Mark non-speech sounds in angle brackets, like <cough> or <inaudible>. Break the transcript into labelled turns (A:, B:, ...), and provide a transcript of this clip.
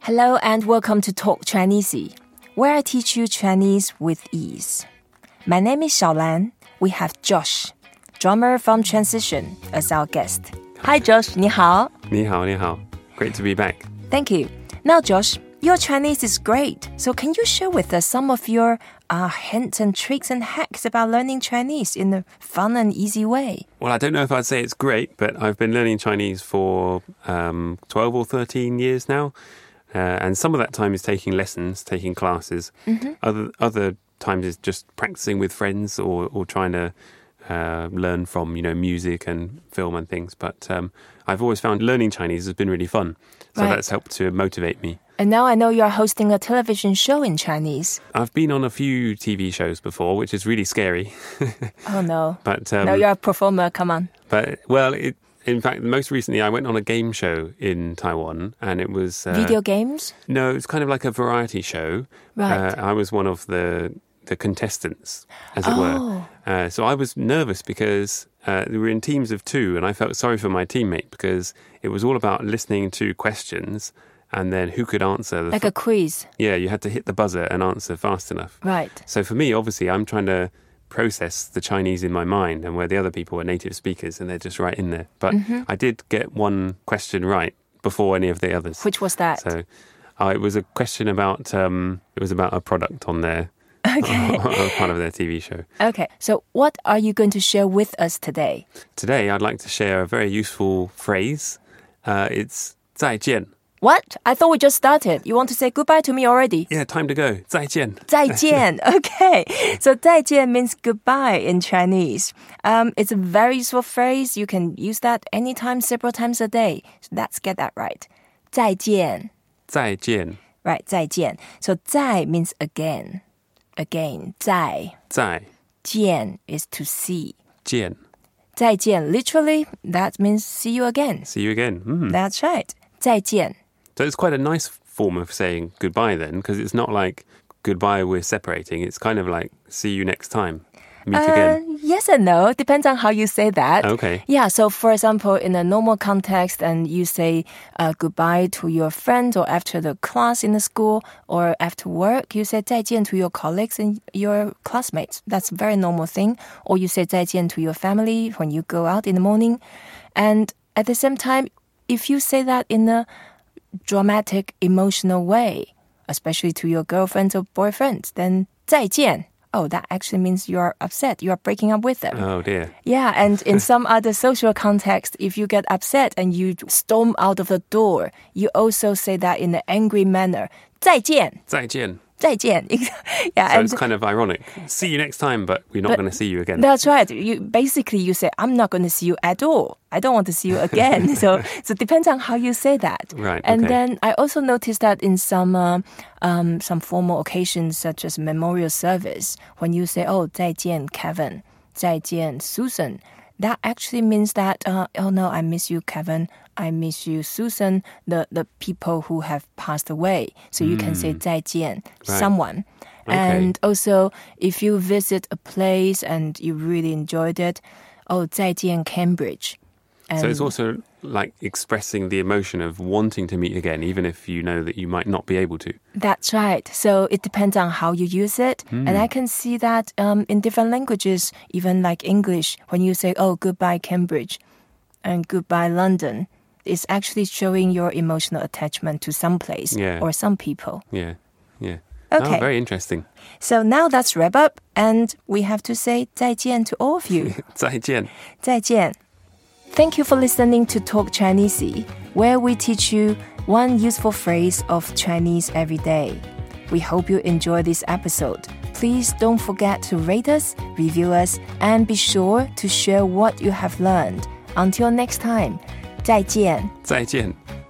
A: Hello and welcome to Talk Chinese, where I teach you Chinese with ease. My name is Xiaolan. We have Josh, drummer from Transition, as our guest. Hi Josh, 你好.
B: 你好，你好. Great to be back.
A: Thank you. Now Josh, your Chinese is great. So can you share with us some of your uh, hints and tricks and hacks about learning Chinese in a fun and easy way?
B: Well, I don't know if I'd say it's great, but I've been learning Chinese for um, 12 or 13 years now. Uh, and some of that time is taking lessons, taking classes.
A: Mm-hmm.
B: Other, other times is just practicing with friends or, or trying to uh, learn from, you know, music and film and things. But um, I've always found learning Chinese has been really fun. So
A: Right.
B: that's helped to motivate me.
A: And now I know you are hosting a television show in Chinese.
B: I've been on a few TV shows before, which is really scary. <laughs>
A: Oh no.
B: But um,
A: now you're a performer, come on.
B: But well, it, in fact, most recently I went on a game show in Taiwan, and it was uh,
A: Video games?
B: No, it's kind of like a variety show.
A: Right.
B: Uh, I was one of the the contestants, as it
A: Oh.
B: were. Uh, so I was nervous because uh, we were in teams of two, and I felt sorry for my teammate because it was all about listening to questions and then who could answer. The
A: Like a quiz.
B: yeah, you had to hit the buzzer and answer fast enough.
A: Right.
B: So for me, obviously, I'm trying to process the Chinese in my mind, and where the other people are native speakers, and they're just right in there. But
A: Mm-hmm.
B: I did get one question right before any of the others.
A: Which was that?
B: so uh, it was a question about um, it was about a product on their
A: Okay.
B: <laughs> on part of their TV show.
A: okay. So, what are you going to share with us today?
B: Today, I'd like to share a very useful phrase. Uh, it's 再见.
A: What? I thought we just started. You want to say goodbye to me already?
B: Yeah, time to go. 再见.
A: 再见. <laughs> Okay. So 再见 means goodbye in Chinese. Um, it's a very useful phrase. You can use that anytime, several times a day. So let's get that right. 再见.
B: 再
A: 再
B: 见.
A: 见. Right, 再见. So 再 means again. Again. 再见
B: 再见.
A: is to see. 再见 literally that means see you again.
B: See you again. Mm.
A: That's right. 再见.
B: So it's quite a nice form of saying goodbye then, because it's not like goodbye, we're separating. It's kind of like see you next time, meet
A: Uh,
B: again.
A: yes and no. Depends on how you say that.
B: Okay.
A: Yeah. So, for example, in a normal context, and you say uh, goodbye to your friends, or after the class in the school, or after work, you say 再见 to your colleagues and your classmates. That's a very normal thing. Or you say 再见 to your family when you go out in the morning. And at the same time, if you say that in a dramatic, emotional way, especially to your girlfriends or boyfriends, then 再见. Oh, that actually means you are upset. You are breaking up with them.
B: Oh dear.
A: Yeah, and
B: <laughs>
A: in some other social context, if you get upset and you storm out of the door, you also say that in an angry manner. 再见,
B: 再见.
A: 再见. <laughs> yeah,
B: So
A: and
B: it's kind of ironic. See you next time, but we're not going to see you again.
A: that's right. You basically you say I'm not going to see you at all. I don't want to see you
B: <laughs>
A: again. so so it depends on how you say that.
B: Right,
A: And
B: okay.
A: then I also noticed that in some uh, um, some formal occasions such as memorial service, when you say oh 再见 Kevin, 再见 Susan, that actually means that uh, oh no I miss you Kevin, I miss you Susan, the the people who have passed away. So you can say 再见 someone.
B: Hmm. Okay.
A: And also, if you visit a place and you really enjoyed it, oh, 再见 Cambridge. And
B: so it's also like expressing the emotion of wanting to meet again, even if you know that you might not be able to.
A: that's right. So it depends on how you use it. And I can see that um, in different languages, even like English, when you say, oh, goodbye Cambridge and goodbye London, it's actually showing your emotional attachment to some place
B: Yeah.
A: or some people.
B: Yeah. Yeah.
A: Okay.
B: Oh, very interesting.
A: So now that's wrap up. And we have to say 再见 to all of you.
B: 再见.
A: 再见. Thank you for listening to Talk Chinese, where we teach you one useful phrase of Chinese every day. We hope you enjoy this episode. Please don't forget to rate us, review us, and be sure to share what you have learned. Until next time, 再见.
B: 再见.